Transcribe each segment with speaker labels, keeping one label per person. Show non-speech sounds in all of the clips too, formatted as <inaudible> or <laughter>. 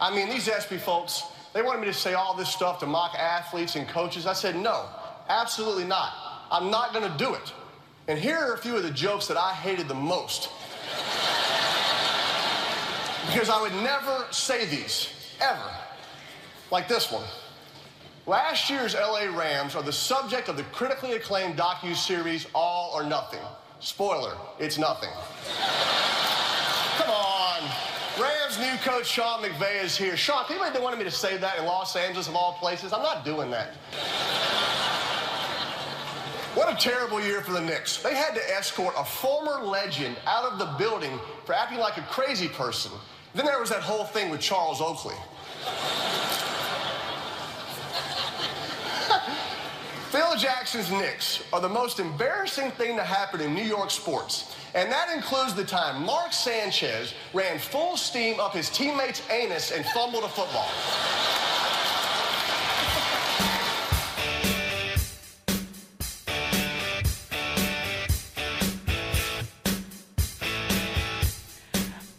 Speaker 1: I mean, these SB folks, they wanted me to say all this stuff to mock athletes and coaches. I said, no, absolutely not. I'm not going to do it. And here are a few of the jokes that I hated the most. because I would never say these, ever. Like this one. Last year's LA Rams are the subject of the critically acclaimed docu-series All or Nothing. Spoiler, it's nothing. Come on. Rams new coach Sean McVay is here. Sean, people have been wanting me to say that in Los Angeles of all places. I'm not doing that. What a terrible year for the Knicks. They had to escort a former legend out of the building for acting like a crazy person. Then there was that whole thing with Charles Oakley. Phil Jackson's Knicks are the most embarrassing thing to happen in New York sports. And that includes the time Mark Sanchez ran full steam up his teammate's anus and fumbled a football.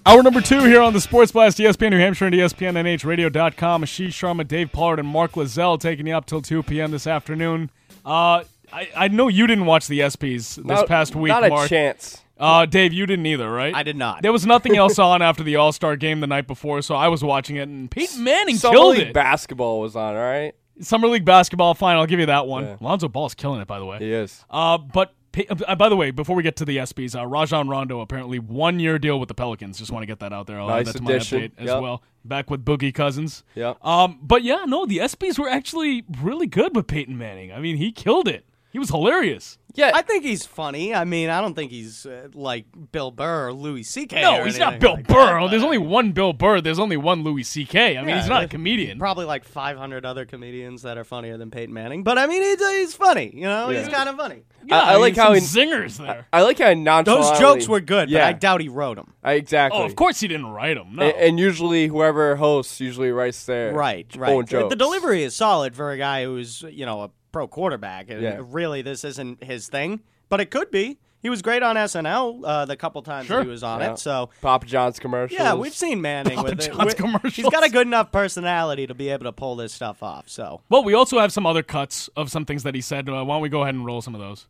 Speaker 2: Hour number two here on the Sports Blast, E ESPN New Hampshire and ESPNNHradio.com. Ashish Sharma, Dave Pollard, and Mark Lazell taking you up till 2 p.m. this afternoon. Uh, I, I know you didn't watch the E SPs this
Speaker 3: Not-
Speaker 2: past week,
Speaker 3: Not a
Speaker 2: Mark.
Speaker 3: chance.
Speaker 2: Uh, Dave, you didn't either, right?
Speaker 4: I did not.
Speaker 2: There was nothing else on after the All Star game the night before, so I was watching it, and Pete Manning
Speaker 3: Summer
Speaker 2: killed
Speaker 3: League
Speaker 2: it.
Speaker 3: basketball was on. All right.
Speaker 2: Summer League basketball, fine, I'll give you that one. Lonzo Ball's killing it, by the way.
Speaker 3: Yes.
Speaker 2: Uh, but P- uh, by the way, before we get to the SBs, uh, Rajon Rondo apparently one year deal with the Pelicans. Just want to get that out there. I'll add
Speaker 3: Nice
Speaker 2: that to
Speaker 3: addition.
Speaker 2: my update as
Speaker 3: Yep.
Speaker 2: well. Back with Boogie Cousins.
Speaker 3: Yep.
Speaker 4: uh,
Speaker 2: Um, but yeah, no, the SBs were actually really good with Peyton Manning. I mean, he killed it. He was hilarious.
Speaker 4: <laughs>
Speaker 3: Yeah.
Speaker 4: I think he's funny. I mean, I don't think he's uh, like Bill Burr or Louis C.K.
Speaker 2: No,
Speaker 4: or
Speaker 2: he's
Speaker 4: anything
Speaker 2: not Bill
Speaker 4: like that,
Speaker 2: Burr.
Speaker 4: but
Speaker 2: there's only one Bill Burr. There's only one Louis C.K. I mean,
Speaker 4: Yeah,
Speaker 2: he's not a
Speaker 4: there's
Speaker 2: comedian.
Speaker 4: Probably like 500 other comedians that are funnier than Peyton Manning. But I mean, he's, uh, he's funny. You know, he's kind of funny.
Speaker 2: Yeah,
Speaker 3: I- I
Speaker 2: mean,
Speaker 3: like
Speaker 2: some
Speaker 3: how he-
Speaker 2: zingers there.
Speaker 3: I like how nonchalantly.
Speaker 4: Those jokes were good,
Speaker 3: Yeah.
Speaker 4: but I doubt he wrote them.
Speaker 3: I- exactly.
Speaker 2: oh, of course he didn't write them. No.
Speaker 3: A- And, usually, whoever hosts usually writes their
Speaker 4: Right,
Speaker 3: own
Speaker 4: right.
Speaker 3: jokes.
Speaker 4: The delivery is solid for a guy who's, you know, a pro quarterback. And
Speaker 3: Yeah.
Speaker 4: Really, this isn't his thing, but it could be. He was great on SNL uh, the couple times
Speaker 2: Sure.
Speaker 4: he was on
Speaker 3: Yeah.
Speaker 4: it. So,
Speaker 3: Papa John's commercials.
Speaker 4: yeah, we've seen Manning with it.
Speaker 2: John's
Speaker 4: with- He's
Speaker 2: commercials.
Speaker 4: got a good enough personality to be able to pull this stuff off. So,
Speaker 2: Well, we also have some other cuts of some things that he said. Uh, why don't we go ahead and roll some of those?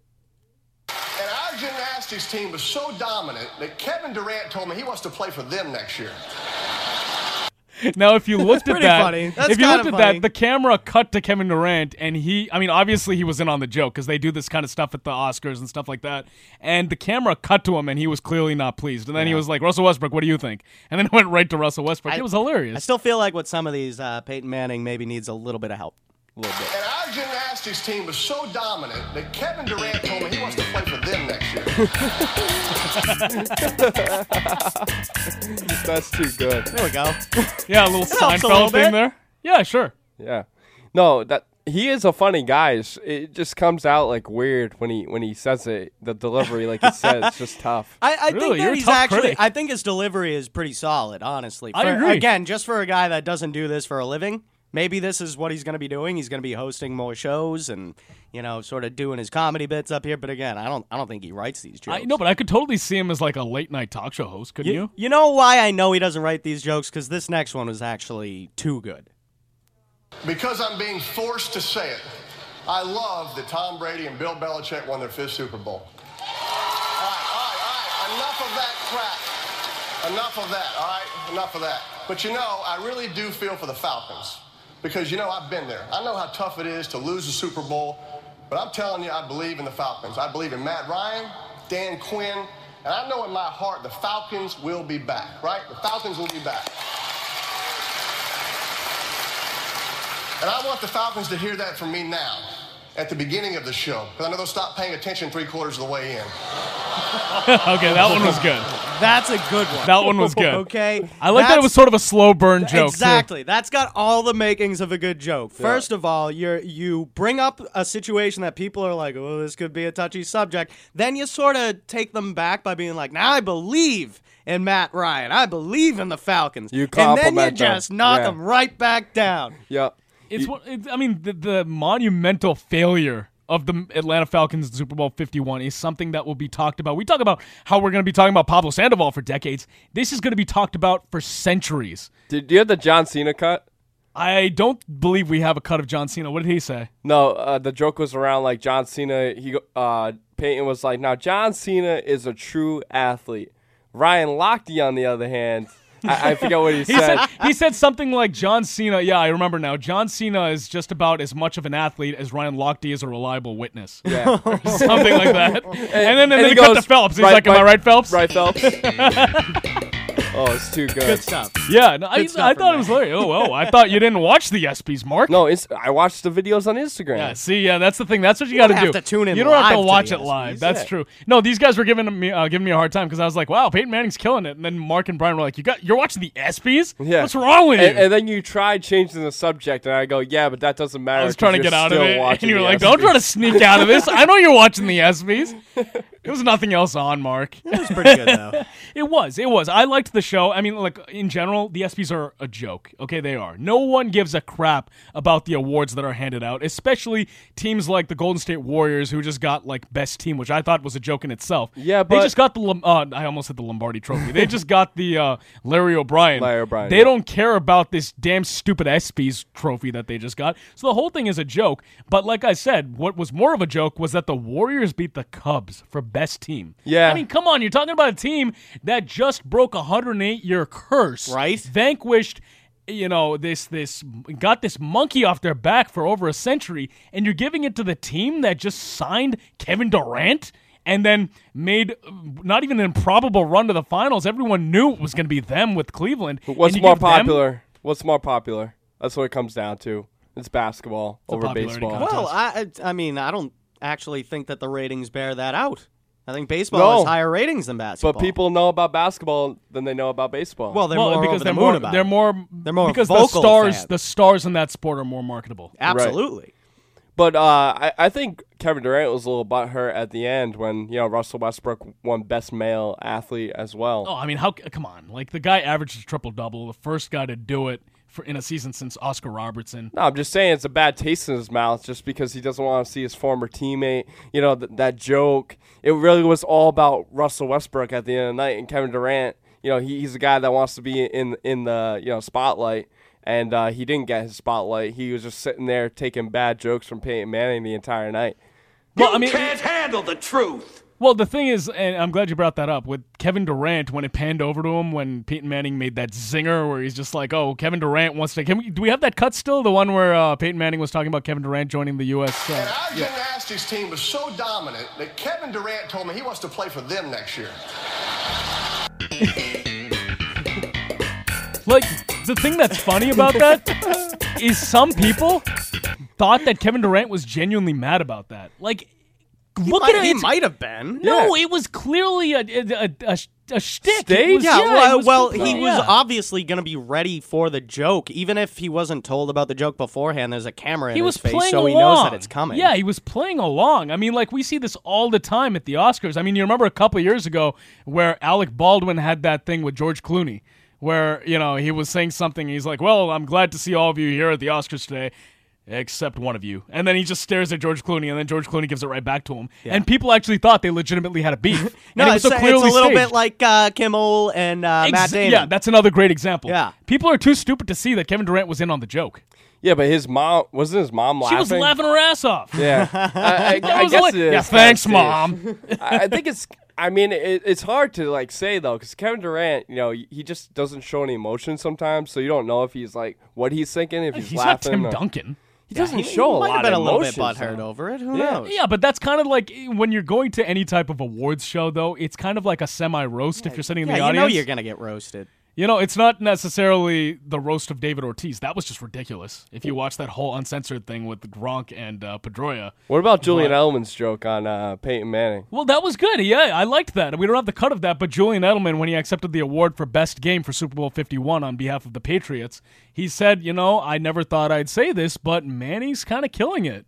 Speaker 1: And our gymnastics team was so dominant that Kevin Durant told me he wants to play for them next year.
Speaker 2: Now, if you
Speaker 4: <laughs>
Speaker 2: looked at
Speaker 4: pretty
Speaker 2: that,
Speaker 4: funny. That's
Speaker 2: if you
Speaker 4: kinda
Speaker 2: looked at
Speaker 4: funny.
Speaker 2: that, the camera cut to Kevin Durant, and he—I mean, obviously he was in on the joke because they do this kind of stuff at the Oscars and stuff like that. And the camera cut to him, and he was clearly not pleased. And then he was like, "Russell Westbrook, what do you think?" And then it went right to Russell Westbrook. it was
Speaker 4: I
Speaker 2: hilarious.
Speaker 4: still feel like with some of these, uh, Peyton Manning maybe needs a little bit of help. A little bit.
Speaker 1: And our gymnastics team was so dominant that Kevin Durant told me he wants to play for them next year.
Speaker 3: That's too good.
Speaker 4: There we go.
Speaker 2: yeah,
Speaker 4: <laughs>
Speaker 2: a little
Speaker 4: helps a
Speaker 2: Seinfeld
Speaker 4: little
Speaker 2: thing
Speaker 4: bit.
Speaker 2: there. Yeah, sure.
Speaker 3: Yeah. No, that he is a funny guy. It's- It just comes out like weird when he when he says it. The delivery, like he said, it's
Speaker 4: <laughs>
Speaker 3: just tough.
Speaker 4: I, I
Speaker 2: Really?
Speaker 4: think
Speaker 2: You're
Speaker 4: that
Speaker 2: a
Speaker 4: he's
Speaker 2: tough
Speaker 4: actually.
Speaker 2: critic.
Speaker 4: I think his delivery is pretty solid, honestly.
Speaker 2: I
Speaker 4: For-
Speaker 2: agree.
Speaker 4: Again, just for a guy that doesn't do this for a living, maybe this is what he's going to be doing. He's going to be hosting more shows and you know, sort of doing his comedy bits up here. But again, I don't. I don't think he writes these jokes.
Speaker 2: I, no, but I could totally see him as like a late night talk show host. Couldn't you?
Speaker 4: you, you know why I know he doesn't write these jokes? Because this next one was actually too good.
Speaker 1: Because I'm being forced to say it, I love that Tom Brady and Bill Belichick won their fifth Super Bowl. All right, all right, all right. Enough of that crap. Enough of that, all right? Enough of that. But you know, I really do feel for the Falcons. Because you know, I've been there. I know how tough it is to lose the Super Bowl. But I'm telling you, I believe in the Falcons. I believe in Matt Ryan, Dan Quinn. And I know in my heart the Falcons will be back, right? The Falcons will be back. And I want the Falcons to hear that from me now, at the beginning of the show, because I know they'll stop paying attention three quarters of the way in.
Speaker 2: <laughs> okay, that one was
Speaker 4: <laughs>
Speaker 2: good.
Speaker 4: That's a good one.
Speaker 2: That one was good.
Speaker 4: <laughs> okay.
Speaker 2: I like that it
Speaker 4: That's-
Speaker 2: was sort of a slow burn joke. too.
Speaker 4: Exactly. That's got all the makings of a good joke. First of all, you are you bring up a situation that people are like, "Oh, this could be a touchy subject." Then you sort of take them back by being like, "Now I believe in Matt Ryan. I believe in the Falcons."
Speaker 3: You
Speaker 4: And then
Speaker 3: compliment
Speaker 4: you
Speaker 3: them.
Speaker 4: just knock
Speaker 3: Yeah.
Speaker 4: them right back down.
Speaker 3: Yep.
Speaker 2: It's what it's, I mean the, the monumental failure of the Atlanta Falcons Super Bowl 51 is something that will be talked about. We talk about how we're going to be talking about Pablo Sandoval for decades. This is going to be talked about for centuries.
Speaker 3: Did you have the John Cena cut?
Speaker 2: I don't believe we have a cut of John Cena. What did he say?
Speaker 3: No, uh, the joke was around like John Cena. He go- uh, Peyton was like, "Now John Cena is a true athlete." Ryan Lochte, on the other hand, I, I forget what
Speaker 2: <laughs>
Speaker 3: he
Speaker 2: He said he said something like John Cena. Yeah, I remember now. John Cena is just about as much of an athlete as Ryan Lochte is a reliable
Speaker 3: <laughs>
Speaker 2: witness.
Speaker 3: Yeah.
Speaker 2: something like that. And, then and,
Speaker 3: and
Speaker 2: then
Speaker 3: he
Speaker 2: he cut
Speaker 3: goes,
Speaker 2: to Phelps. He's
Speaker 3: "Right,
Speaker 2: like, "Am I right,
Speaker 3: right,
Speaker 2: Phelps?" <laughs>
Speaker 3: Right, Phelps. oh, it's too good.
Speaker 4: Good
Speaker 3: <laughs>
Speaker 4: stuff.
Speaker 2: Yeah, no, I,
Speaker 4: stuff
Speaker 2: I
Speaker 4: from
Speaker 2: thought
Speaker 4: there.
Speaker 2: it was hilarious. Oh, oh, I thought you didn't watch the E ESPYS, Mark.
Speaker 3: No, it's. I watched the videos on Instagram.
Speaker 2: Yeah, see, yeah, that's the thing. That's what you, got to
Speaker 4: don't
Speaker 2: do.
Speaker 4: have to tune in
Speaker 2: You don't have to
Speaker 4: live to
Speaker 2: watch
Speaker 4: the
Speaker 2: it live.
Speaker 4: ESPYs.
Speaker 2: That's true. No, these guys were giving me uh, giving me a hard time because I was like, "Wow, Peyton Manning's killing it," and then Mark and Brian were like, "You got you're watching the ESPYS?
Speaker 3: Yeah.
Speaker 2: What's wrong with you?"
Speaker 3: And, and then you tried changing the subject, and I go, "Yeah, but that doesn't matter."
Speaker 2: I was trying to
Speaker 3: 'cause
Speaker 2: get
Speaker 3: you're
Speaker 2: out of
Speaker 3: still
Speaker 2: it, and
Speaker 3: watching
Speaker 2: you were
Speaker 3: the
Speaker 2: like, "Don't try to
Speaker 3: ESPYs."
Speaker 2: sneak out of this. I know you're watching the ESPYS." There was nothing else on, Mark.
Speaker 4: It's pretty good though.
Speaker 2: It was. It was. I liked the show. I mean, like in general, the ESPYS are a joke. Okay, they are. No one gives a crap about the awards that are handed out, especially teams like the Golden State Warriors, who just got like best team, which I thought was a joke in itself.
Speaker 3: Yeah,
Speaker 2: they
Speaker 3: but-
Speaker 2: just got the. Lom- Uh, I almost said the Lombardi Trophy.
Speaker 3: <laughs>
Speaker 2: they just got the uh, Larry O'Brien.
Speaker 3: Larry O'Brien,
Speaker 2: They
Speaker 3: yeah.
Speaker 2: don't care about this damn stupid ESPYS trophy that they just got. So the whole thing is a joke. But like I said, what was more of a joke was that the Warriors beat the Cubs for best team.
Speaker 3: Yeah.
Speaker 2: I mean, come on, you're talking about a team that just broke a 108 year curse,
Speaker 4: Right.
Speaker 2: Vanquished, you know, this this got this monkey off their back for over a century, and you're giving it to the team that just signed Kevin Durant and then made uh, not even an improbable run to the finals. Everyone knew it was going to be them with Cleveland.
Speaker 3: What's
Speaker 2: And you
Speaker 3: more
Speaker 2: give them-
Speaker 3: popular? What's more popular? That's what it comes down to. It's basketball
Speaker 2: a
Speaker 3: over
Speaker 2: popularity
Speaker 3: baseball.
Speaker 2: contest.
Speaker 4: <laughs> Well, I I I mean I don't actually think that the ratings bear that out. I think baseball
Speaker 3: No.
Speaker 4: has higher ratings than basketball.
Speaker 3: But people know about basketball than they know about baseball.
Speaker 4: well, they're
Speaker 2: Well,
Speaker 4: more
Speaker 2: because
Speaker 4: over the
Speaker 2: they're
Speaker 4: moon
Speaker 2: more
Speaker 4: about
Speaker 2: they're
Speaker 4: it.
Speaker 2: more
Speaker 4: They're more
Speaker 2: because the
Speaker 4: vocal
Speaker 2: stars
Speaker 4: fans.
Speaker 2: the stars in that sport are more marketable.
Speaker 4: absolutely.
Speaker 3: but uh, I, I think Kevin Durant was a little butthurt at the end when you know Russell Westbrook won Best Male Athlete as well.
Speaker 2: Oh, I mean, how? Come on, like the guy averaged a triple double, the first guy to do it for in a season since Oscar Robertson.
Speaker 3: No, I'm just saying it's a bad taste in his mouth just because he doesn't want to see his former teammate. You know th- that joke. It really was all about Russell Westbrook at the end of the night and Kevin Durant. You know he, he's a guy that wants to be in in the you know spotlight, and uh, he didn't get his spotlight. He was just sitting there taking bad jokes from Peyton Manning the entire night.
Speaker 2: Well, I mean,
Speaker 5: can't handle the truth.
Speaker 2: well, the thing is, and I'm glad you brought that up with Kevin Durant when it panned over to him when Peyton Manning made that zinger where he's just like, "Oh, Kevin Durant wants to." Can we, do we have that cut still? The one where uh, Peyton Manning was talking about Kevin Durant joining the U.S.
Speaker 1: And
Speaker 2: Uh,
Speaker 1: our gymnastics team was so dominant that Kevin Durant told me he wants to play for them next year.
Speaker 2: like the thing that's funny about that is some people thought that Kevin Durant was genuinely mad about that. Like, look
Speaker 4: Might-
Speaker 2: at it.
Speaker 4: he
Speaker 2: it's-
Speaker 4: might have been.
Speaker 2: No,
Speaker 3: Yeah.
Speaker 2: it was clearly a a a, a, a shtick.
Speaker 3: Stage?
Speaker 2: It was-
Speaker 4: Yeah,
Speaker 2: it
Speaker 4: well,
Speaker 2: was
Speaker 4: well
Speaker 2: completely-
Speaker 4: he was
Speaker 2: yeah.
Speaker 4: obviously going to be ready for the joke, even if he wasn't told about the joke beforehand. There's a camera in
Speaker 2: He
Speaker 4: his
Speaker 2: was
Speaker 4: face,
Speaker 2: playing
Speaker 4: so
Speaker 2: along.
Speaker 4: he knows that it's coming.
Speaker 2: Yeah, he was playing along. I mean, like we see this all the time at the Oscars. I mean, you remember a couple years ago where Alec Baldwin had that thing with George Clooney, where you know he was saying something. He's like, "Well, I'm glad to see all of you here at the Oscars today." Except one of you, and then he just stares at George Clooney, and then George Clooney gives it right back to him. And people actually thought they legitimately had a
Speaker 4: <laughs>
Speaker 2: beef. and
Speaker 4: no,
Speaker 2: it was
Speaker 4: it's,
Speaker 2: so
Speaker 4: a, it's a
Speaker 2: clearly
Speaker 4: little
Speaker 2: staged.
Speaker 4: bit like uh, Kimmel and uh, Matt
Speaker 2: Ex-
Speaker 4: Damon.
Speaker 2: Yeah, that's another great example.
Speaker 4: Yeah.
Speaker 2: People are too stupid to see that Kevin Durant was in on the joke.
Speaker 3: Yeah, but his mom wasn't his mom
Speaker 2: She
Speaker 3: laughing.
Speaker 2: was laughing her ass off.
Speaker 4: <laughs>
Speaker 3: Yeah, I, I,
Speaker 2: That
Speaker 3: I
Speaker 2: was
Speaker 3: guess
Speaker 2: like-
Speaker 3: it is.
Speaker 2: Yeah, thanks,
Speaker 3: backstage.
Speaker 2: Mom.
Speaker 3: <laughs> I I think it's. I mean, it, it's hard to like say though, because Kevin Durant, you know, he just doesn't show any emotion sometimes, so you don't know if he's like what he's thinking, if he's,
Speaker 2: He's not
Speaker 3: laughing.
Speaker 2: Tim
Speaker 3: or-
Speaker 2: Duncan.
Speaker 3: He doesn't
Speaker 4: He
Speaker 3: show a
Speaker 4: might
Speaker 3: lot
Speaker 4: have been
Speaker 3: of
Speaker 4: a little bit
Speaker 3: emotions,
Speaker 4: butthurt
Speaker 3: though.
Speaker 4: over it. Who
Speaker 3: Yeah.
Speaker 4: knows?
Speaker 2: Yeah, but that's kind of like when you're going to any type of awards show, though. It's kind of like a semi roast if you're sitting in
Speaker 4: Yeah,
Speaker 2: the
Speaker 4: you
Speaker 2: audience.
Speaker 4: know you're gonna get roasted.
Speaker 2: You know, it's not necessarily the roast of David Ortiz. That was just ridiculous. If you watch that whole uncensored thing with Gronk and uh, Pedroia.
Speaker 3: What about Julian Edelman's joke on uh, Peyton Manning?
Speaker 2: Well, that was good. Yeah, I liked that. We don't have the cut of that, but Julian Edelman, when he accepted the award for Best Game for Super Bowl 51 on behalf of the Patriots, he said, You know, I never thought I'd say this, but Manny's kind of killing it.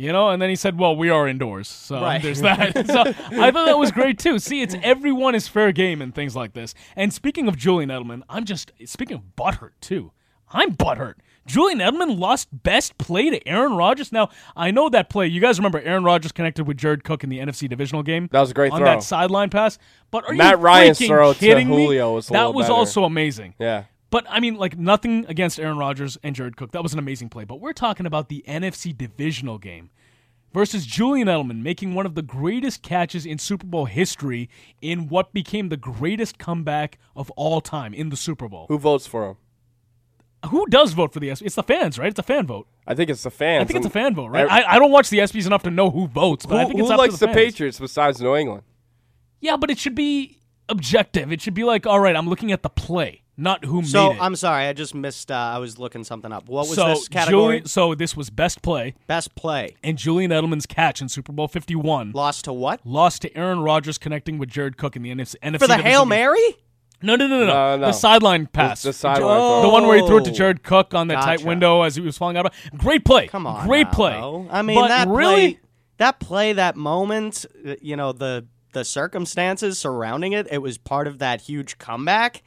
Speaker 2: You know, and then he said, Well, we are indoors. So
Speaker 4: Right.
Speaker 2: there's that. so I thought that was great, too. See, it's everyone is fair game and things like this. And speaking of Julian Edelman, I'm just, speaking of butthurt, too. I'm butthurt. Julian Edelman lost best play to Aaron Rodgers. Now, I know that play. You guys remember Aaron Rodgers connected with Jared Cook in the NFC divisional game?
Speaker 3: That was a great
Speaker 2: on
Speaker 3: throw.
Speaker 2: that sideline pass. But are
Speaker 3: Matt
Speaker 2: you
Speaker 3: Ryan's
Speaker 2: freaking
Speaker 3: throw to
Speaker 2: kidding me?
Speaker 3: Julio was a
Speaker 2: That
Speaker 3: little
Speaker 2: was
Speaker 3: better.
Speaker 2: also amazing.
Speaker 3: Yeah.
Speaker 2: But I mean, like nothing against Aaron Rodgers and Jared Cook. That was an amazing play. But we're talking about the NFC divisional game versus Julian Edelman making one of the greatest catches in Super Bowl history in what became the greatest comeback of all time in the Super Bowl.
Speaker 3: Who votes for him?
Speaker 2: Who does vote for the ESPYS? It's the fans, right? It's a fan vote.
Speaker 3: I think it's the fans.
Speaker 2: I think it's a fan
Speaker 3: and
Speaker 2: vote, right?
Speaker 3: I-
Speaker 2: I, I don't watch the ESPYS enough to know who votes, but
Speaker 3: who
Speaker 2: I think it's
Speaker 3: who
Speaker 2: up
Speaker 3: likes
Speaker 2: to the,
Speaker 3: the
Speaker 2: fans.
Speaker 3: Patriots besides New England?
Speaker 2: Yeah, but it should be objective. It should be like, all right, I'm looking at the play, not who
Speaker 4: So
Speaker 2: made it.
Speaker 4: I'm sorry, I just missed. Uh, I was looking something up. What was
Speaker 2: so
Speaker 4: this category?
Speaker 2: Julian, so this was best play.
Speaker 4: Best play.
Speaker 2: and Julian Edelman's catch in Super Bowl 51
Speaker 4: Lost to what?
Speaker 2: lost to Aaron Rodgers connecting with Jared Cook in the NFC.
Speaker 4: For the Hail
Speaker 2: man?
Speaker 4: Mary?
Speaker 2: No, no, no, no, no.
Speaker 3: No, no.
Speaker 2: The sideline pass.
Speaker 3: the sideline
Speaker 2: The
Speaker 3: throw.
Speaker 2: one where he threw it to
Speaker 4: Oh.
Speaker 2: Jared Cook on that tight
Speaker 4: Gotcha.
Speaker 2: window as he was falling out. of Great play.
Speaker 4: Come on.
Speaker 2: Great
Speaker 4: now,
Speaker 2: play.
Speaker 4: though. I mean,
Speaker 2: But
Speaker 4: that
Speaker 2: really.
Speaker 4: play, that play, that moment, uh, you know, the the circumstances surrounding it, it was part of that huge comeback.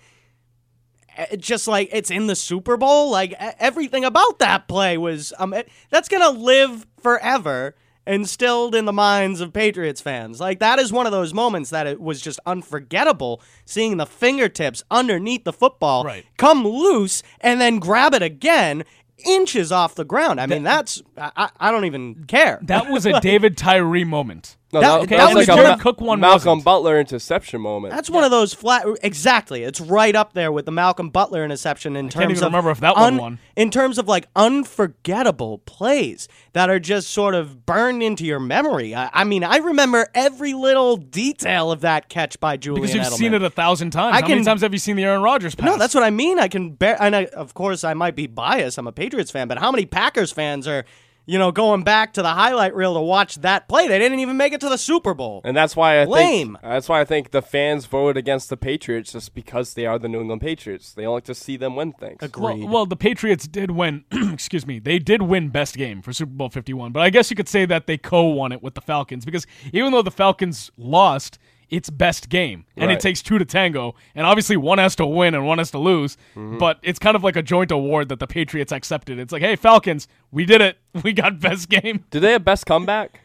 Speaker 4: Uh, It just like it's in the Super Bowl, like e- everything about that play was um it, that's going to live forever instilled in the minds of Patriots fans. Like that is one of those moments that it was just unforgettable seeing the fingertips underneath the football
Speaker 2: Right.
Speaker 4: come loose and then grab it again inches off the ground. I mean, that's I, I- I don't even care.
Speaker 2: That was a David Tyree moment.
Speaker 3: <laughs> No,
Speaker 4: That-
Speaker 3: that,
Speaker 4: okay,
Speaker 3: that
Speaker 4: and
Speaker 3: was
Speaker 4: the
Speaker 3: like a
Speaker 4: Jared
Speaker 3: Ma-
Speaker 2: Cook one
Speaker 3: Malcolm
Speaker 2: wasn't.
Speaker 3: Butler interception moment.
Speaker 4: that's one of those flat. Exactly, it's right up there with the Malcolm Butler interception in terms
Speaker 2: can't even
Speaker 4: of
Speaker 2: remember if that one
Speaker 4: un-
Speaker 2: won.
Speaker 4: In terms of like unforgettable plays that are just sort of burned into your memory. I, I mean, I remember every little detail of that catch by Julian.
Speaker 2: Because you've
Speaker 4: Edelman.
Speaker 2: seen it a thousand times.
Speaker 4: I
Speaker 2: How many
Speaker 4: can-
Speaker 2: times have you seen the Aaron Rodgers pass?
Speaker 4: No, that's what I mean. I can bear, and I, of course, I might be biased. I'm a Patriots fan, but how many Packers fans are, you know, going back to the highlight reel to watch that play? They didn't even make it to the Super Bowl.
Speaker 3: and that's why I
Speaker 4: Lame.
Speaker 3: think that's why I think the fans voted against the Patriots just because they are the New England Patriots. They don't like to see them win things.
Speaker 2: Well, well, the Patriots did win. <clears throat> excuse me, they did win best game for Super Bowl Fifty One. But I guess you could say that they co-won it with the Falcons because even though the Falcons lost, it's best game, and it
Speaker 3: Right.
Speaker 2: takes two to tango. And obviously, one has to win and one has to lose.
Speaker 3: Mm-hmm.
Speaker 2: But it's kind of like a joint award that the Patriots accepted. It's like, hey, Falcons, we did it. <laughs> We got best game.
Speaker 3: Do they have best comeback?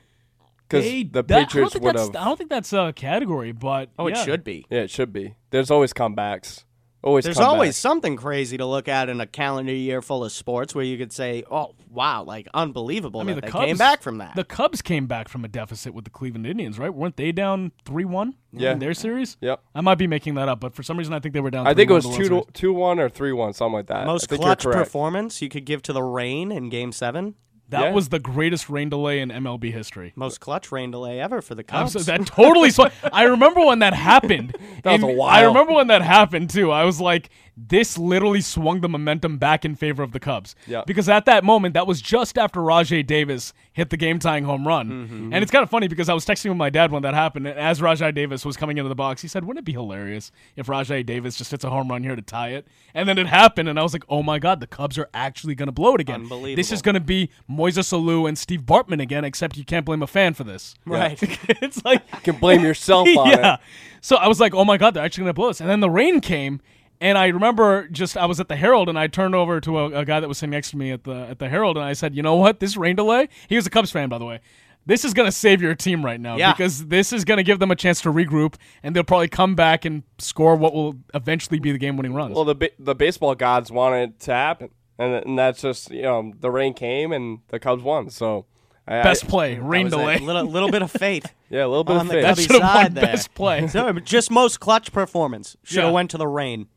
Speaker 3: Because
Speaker 2: They-
Speaker 3: the
Speaker 2: that- I don't
Speaker 3: Patriots
Speaker 2: think
Speaker 3: would
Speaker 2: that's-
Speaker 3: have.
Speaker 2: I don't think that's a category, but
Speaker 4: Oh,
Speaker 2: yeah.
Speaker 4: it should be.
Speaker 3: Yeah, it should be. There's always comebacks. Always.
Speaker 4: There's
Speaker 3: comebacks.
Speaker 4: always something crazy to look at in a calendar year full of sports where you could say, "Oh, wow, like unbelievable
Speaker 2: I mean,
Speaker 4: that
Speaker 2: the
Speaker 4: they
Speaker 2: Cubs
Speaker 4: came back from that."
Speaker 2: The Cubs came back from a deficit with the Cleveland Indians, right? Weren't they down three one
Speaker 3: Yeah.
Speaker 2: in their series?
Speaker 3: Yep.
Speaker 2: I might be making that up, but for some reason I think they were down.
Speaker 3: I think it
Speaker 2: 3-1
Speaker 3: was
Speaker 2: the World
Speaker 3: two to,
Speaker 2: Series.
Speaker 3: two one or three one, something like that. I
Speaker 4: Most
Speaker 3: think
Speaker 4: clutch
Speaker 3: you're correct.
Speaker 4: performance you could give to the rain in Game Seven.
Speaker 2: That
Speaker 3: Yeah.
Speaker 2: was the greatest rain delay in MLB history.
Speaker 4: Most clutch rain delay ever for the Cubs.
Speaker 2: Absolutely, that totally. Sw- I remember when that happened.
Speaker 3: <laughs> That was
Speaker 2: and
Speaker 3: a
Speaker 2: I
Speaker 3: wild-
Speaker 2: remember when that happened too. I was like, this literally swung the momentum back in favor of the Cubs.
Speaker 3: Yeah.
Speaker 2: Because at that moment, that was just after Rajay Davis hit the game tying home run.
Speaker 3: Mm-hmm.
Speaker 2: And it's kind of funny because I was texting with my dad when that happened. And as Rajay Davis was coming into the box, he said, wouldn't it be hilarious if Rajay Davis just hits a home run here to tie it? And then it happened. And I was like, oh my God, the Cubs are actually going to blow it again. This is
Speaker 4: Unbelievable.
Speaker 2: going to be Moises Alou and Steve Bartman again, except you can't blame a fan for this. <laughs>
Speaker 4: Right.
Speaker 2: it's
Speaker 3: <laughs>
Speaker 2: like
Speaker 3: You can blame
Speaker 2: <laughs>
Speaker 3: yourself on
Speaker 2: yeah.
Speaker 3: it.
Speaker 2: So I was like, oh my god, they're actually gonna blow us. And then the rain came, and I remember just I was at the Herald, and I turned over to a, a guy that was sitting next to me at the at the Herald, and I said, you know what, this rain delay. He was a Cubs fan, by the way. This is gonna save your team right now
Speaker 4: Yeah.
Speaker 2: because this is gonna give them a chance to regroup, and they'll probably come back and score what will eventually be the game-winning runs.
Speaker 3: Well, the ba- the baseball gods wanted to happen, and, and that's just you know the rain came and the Cubs won. So I,
Speaker 2: best
Speaker 3: I,
Speaker 2: play, rain
Speaker 4: was a
Speaker 2: delay.
Speaker 4: little, little bit of fate.
Speaker 3: yeah, a little bit
Speaker 4: on
Speaker 3: of
Speaker 4: the
Speaker 2: <laughs>
Speaker 3: faith.
Speaker 2: that
Speaker 4: Cubs.
Speaker 2: should have won
Speaker 4: side there.
Speaker 2: best
Speaker 3: <laughs>
Speaker 2: play.
Speaker 4: So, just most clutch performance should have
Speaker 2: Yeah.
Speaker 4: went to the rain.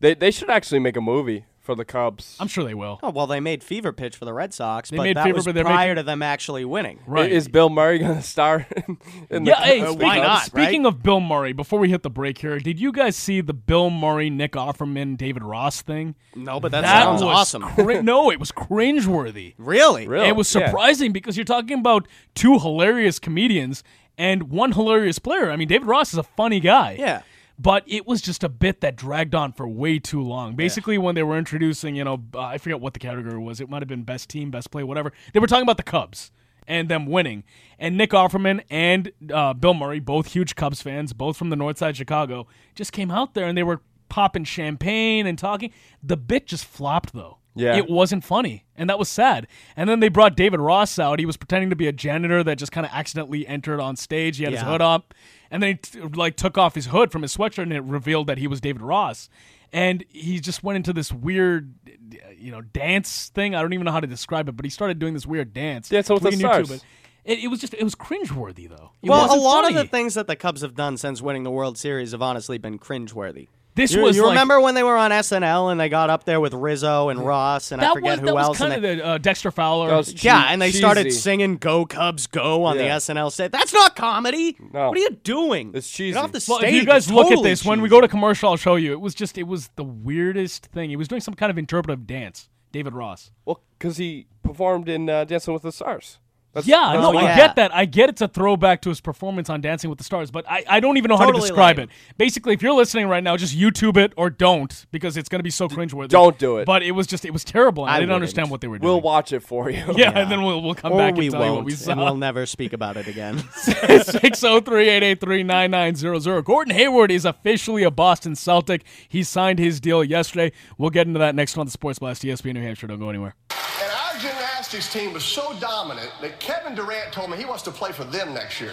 Speaker 3: They they should actually make a movie for the Cubs.
Speaker 2: I'm sure they will.
Speaker 4: Oh well, they made fever pitch for the Red Sox, but
Speaker 2: made
Speaker 4: that
Speaker 2: fever,
Speaker 4: was
Speaker 2: but they're
Speaker 4: prior
Speaker 2: making-
Speaker 4: to them actually winning.
Speaker 2: Right.
Speaker 3: Is Bill Murray gonna <laughs> star in, in the
Speaker 2: Yeah, hey,
Speaker 3: Cubs?
Speaker 2: speaking,
Speaker 4: uh, why not,
Speaker 2: speaking of Bill Murray, before we hit the break here, did you guys see the Bill Murray, Nick Offerman, David Ross thing?
Speaker 4: No, but that,
Speaker 2: That
Speaker 4: sounds
Speaker 2: was
Speaker 4: awesome.
Speaker 2: cri- no, it was cringeworthy.
Speaker 4: really?
Speaker 3: Really?
Speaker 2: It was
Speaker 3: Yeah.
Speaker 2: surprising because you're talking about two hilarious comedians and one hilarious player. I mean, David Ross is a funny guy.
Speaker 4: Yeah.
Speaker 2: But it was just a bit that dragged on for way too long. Basically, when they were introducing, you know, uh, I forget what the category was. It might have been best team, best play, whatever. They were talking about the Cubs and them winning. And Nick Offerman and uh, Bill Murray, both huge Cubs fans, both from the North Side of Chicago, just came out there and they were popping champagne and talking. The bit just flopped though.
Speaker 3: Yeah.
Speaker 2: It wasn't funny, and that was sad. And then they brought David Ross out. He was pretending to be a janitor that just kind of accidentally entered on stage. He had his
Speaker 4: Yeah.
Speaker 2: hood up, and then he t- like took off his hood from his sweatshirt, and it revealed that he was David Ross. And he just went into this weird, you know, dance thing. I don't even know how to describe it, but he started doing this weird dance.
Speaker 3: Dance with
Speaker 2: We
Speaker 3: the
Speaker 2: can YouTube
Speaker 3: Stars.
Speaker 2: it. It, it was just it was cringeworthy though. It
Speaker 4: well, a
Speaker 2: wasn't
Speaker 4: lot of
Speaker 2: funny.
Speaker 4: the things that the Cubs have done since winning the World Series have honestly been cringeworthy.
Speaker 2: This
Speaker 4: you,
Speaker 2: was
Speaker 4: you
Speaker 2: like-
Speaker 4: remember when they were on SNL and they got up there with Rizzo and Ross and I
Speaker 2: that
Speaker 4: forget
Speaker 2: was
Speaker 4: who
Speaker 2: that was
Speaker 4: else. and
Speaker 2: kind of
Speaker 4: they-
Speaker 2: the uh, Dexter Fowler.
Speaker 3: That was
Speaker 4: yeah,
Speaker 3: chee-
Speaker 4: and they started
Speaker 3: cheesy.
Speaker 4: singing "Go Cubs Go" on
Speaker 3: Yeah.
Speaker 4: the SNL set. That's not comedy.
Speaker 3: No.
Speaker 4: What are you doing?
Speaker 3: It's
Speaker 4: Get off the
Speaker 3: cheesy.
Speaker 2: Well,
Speaker 4: stage.
Speaker 2: if you guys
Speaker 4: It's
Speaker 2: look at
Speaker 4: totally
Speaker 2: this, when we
Speaker 4: cheesy.
Speaker 2: go to commercial, I'll show you. It was just, it was the weirdest thing. He was doing some kind of interpretive dance. David Ross.
Speaker 3: Well, because he performed in uh, Dancing with the Stars. That's,
Speaker 2: Oh, Yeah,
Speaker 3: that's
Speaker 2: no,
Speaker 3: what-
Speaker 2: I
Speaker 4: yeah.
Speaker 2: get that. I get it's a throwback to his performance on Dancing with the Stars, but I, I don't even know how to
Speaker 4: Totally
Speaker 2: describe
Speaker 4: lame.
Speaker 2: it. Basically, if you're listening right now, just YouTube it or don't because it's going to be so cringeworthy.
Speaker 3: don't do it.
Speaker 2: But it was just, it was terrible. And I,
Speaker 4: I
Speaker 2: didn't
Speaker 4: wouldn't.
Speaker 2: understand what they were doing.
Speaker 3: we'll watch it for you.
Speaker 2: yeah, and then we'll, we'll come
Speaker 4: or
Speaker 2: back
Speaker 4: we
Speaker 2: and tell
Speaker 4: won't,
Speaker 2: you what we saw.
Speaker 4: and we'll never speak about it
Speaker 2: <laughs>
Speaker 4: again.
Speaker 2: 603-883-9900. Gordon Hayward is officially a Boston Celtic. He signed his deal yesterday. We'll get into that next on the Sports Blast. E ESPN New Hampshire. Don't go anywhere.
Speaker 1: And our gymnastics team was so dominant that Kevin Durant told me he wants to play for them next year.